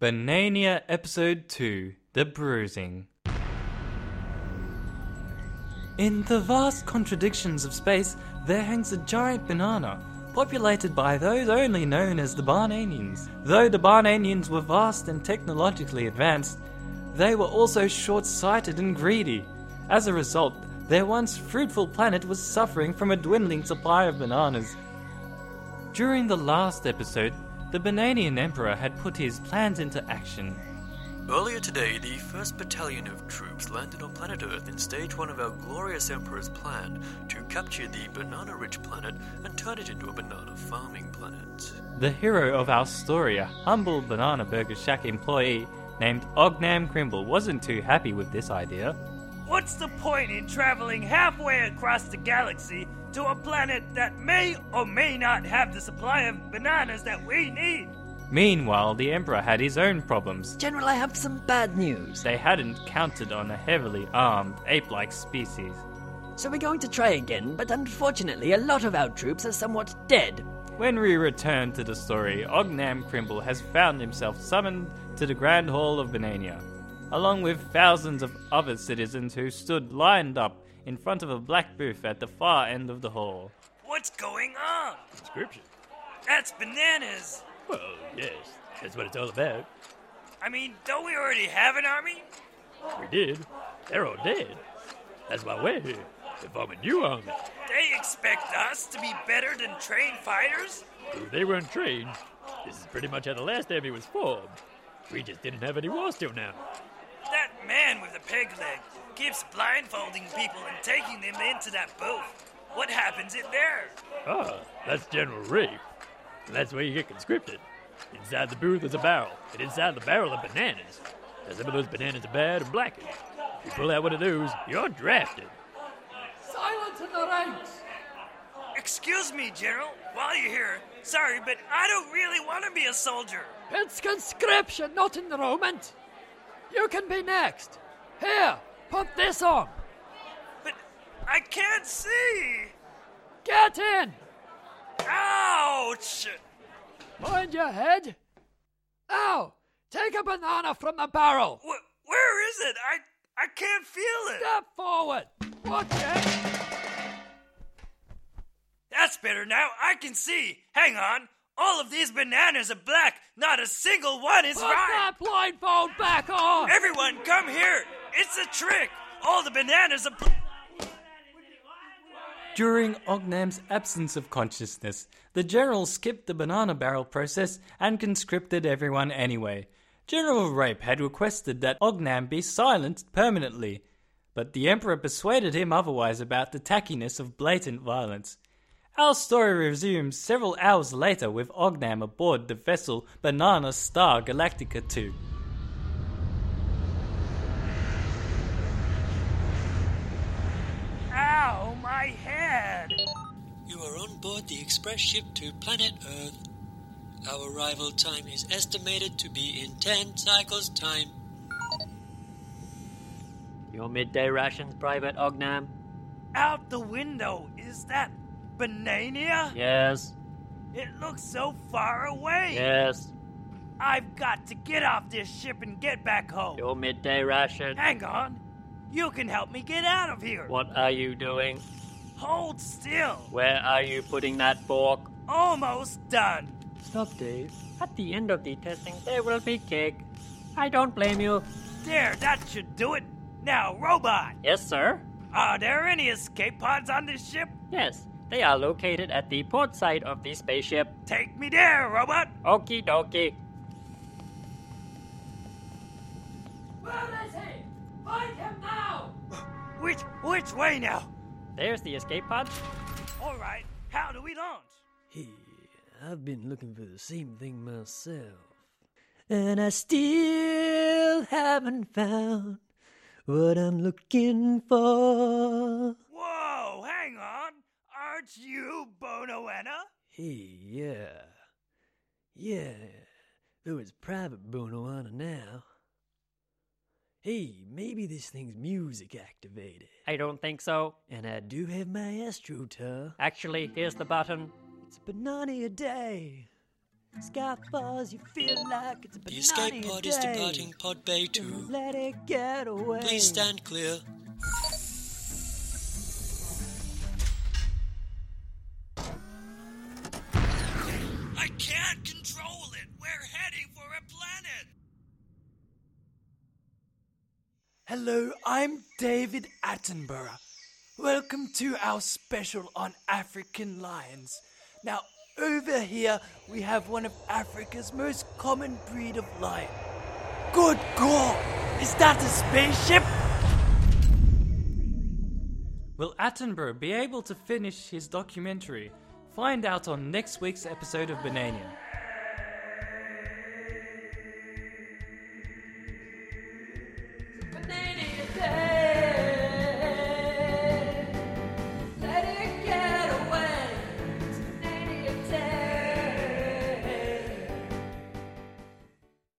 Banania Episode 2 The Bruising. In the vast contradictions of space, there hangs a giant banana, populated by those only known as the Barnanians. Though the Barnanians were vast and technologically advanced, they were also short sighted and greedy. As a result, their once fruitful planet was suffering from a dwindling supply of bananas. During the last episode, the Bananian Emperor had put his plans into action. Earlier today, the 1st Battalion of troops landed on planet Earth in stage 1 of our glorious Emperor's plan to capture the banana rich planet and turn it into a banana farming planet. The hero of our story, a humble banana burger shack employee named Ognam Crimble, wasn't too happy with this idea. What's the point in traveling halfway across the galaxy to a planet that may or may not have the supply of bananas that we need? Meanwhile, the Emperor had his own problems. General, I have some bad news. They hadn't counted on a heavily armed, ape like species. So we're going to try again, but unfortunately, a lot of our troops are somewhat dead. When we return to the story, Ognam Crimble has found himself summoned to the Grand Hall of Banania, along with thousands of other citizens who stood lined up in front of a black booth at the far end of the hall. What's going on? Subscription? That's bananas. Well, yes, that's what it's all about. I mean, don't we already have an army? We did. They're all dead. That's why we're here. To form a new army. They expect us to be better than trained fighters? If they weren't trained, this is pretty much how the last army was formed. We just didn't have any wars till now. That man with the peg leg keeps blindfolding people and taking them into that booth. What happens in there? Ah, that's General Rape. And that's where you get conscripted. Inside the booth is a barrel, and inside the barrel are bananas. Now, some of those bananas are bad and blackened. If you pull out one of those, you're drafted. Excuse me, General, while you're here, sorry, but I don't really want to be a soldier. It's conscription, not enrollment. You can be next. Here, put this on. But I can't see. Get in. Ouch! Mind your head. Now, take a banana from the barrel. Wh- where is it? I I can't feel it. Step forward. Watch it. That's better now. I can see. Hang on. All of these bananas are black. Not a single one is Put right. that blindfold back on. Everyone, come here. It's a trick. All the bananas are. Bl- During Ognam's absence of consciousness, the general skipped the banana barrel process and conscripted everyone anyway. General Rape had requested that Ognam be silenced permanently, but the Emperor persuaded him otherwise about the tackiness of blatant violence. Our story resumes several hours later with Ognam aboard the vessel Banana Star Galactica 2. Ow, my head. You are on board the express ship to planet Earth. Our arrival time is estimated to be in 10 cycles' time. Your midday rations, Private Ognam? Out the window. Is that banania? Yes, It looks so far away. yes. I've got to get off this ship and get back home. Your midday ration. Hang on. You can help me get out of here. What are you doing? Hold still. Where are you putting that fork? Almost done. Stop, Dave. At the end of the testing, there will be cake. I don't blame you. There, that should do it. Now, robot, Yes, sir. are there any escape pods on this ship? Yes, they are located at the port side of the spaceship. Take me there, robot. Okie dokie. Where is he? Find him now. Which which way now? There's the escape pod. All right. How do we launch? Hey, I've been looking for the same thing myself. And I still haven't found what I'm looking for. Whoa, hang on. Aren't you Bonoena? Hey, yeah. Yeah. Though it's Private Bonoana now. Hey, maybe this thing's music activated. I don't think so. And I do have my AstroTurf. Actually, here's the button. It's a banana a day. Sky falls, you feel like it's a The banana escape pod is day. departing Pod Bay 2. Let it get away. Please stand clear. I can't control it. We're heading for a planet. Hello, I'm David Attenborough. Welcome to our special on African lions. Now, over here we have one of Africa's most common breed of lion. Good God! Is that a spaceship? Will Attenborough be able to finish his documentary? Find out on next week's episode of Banania.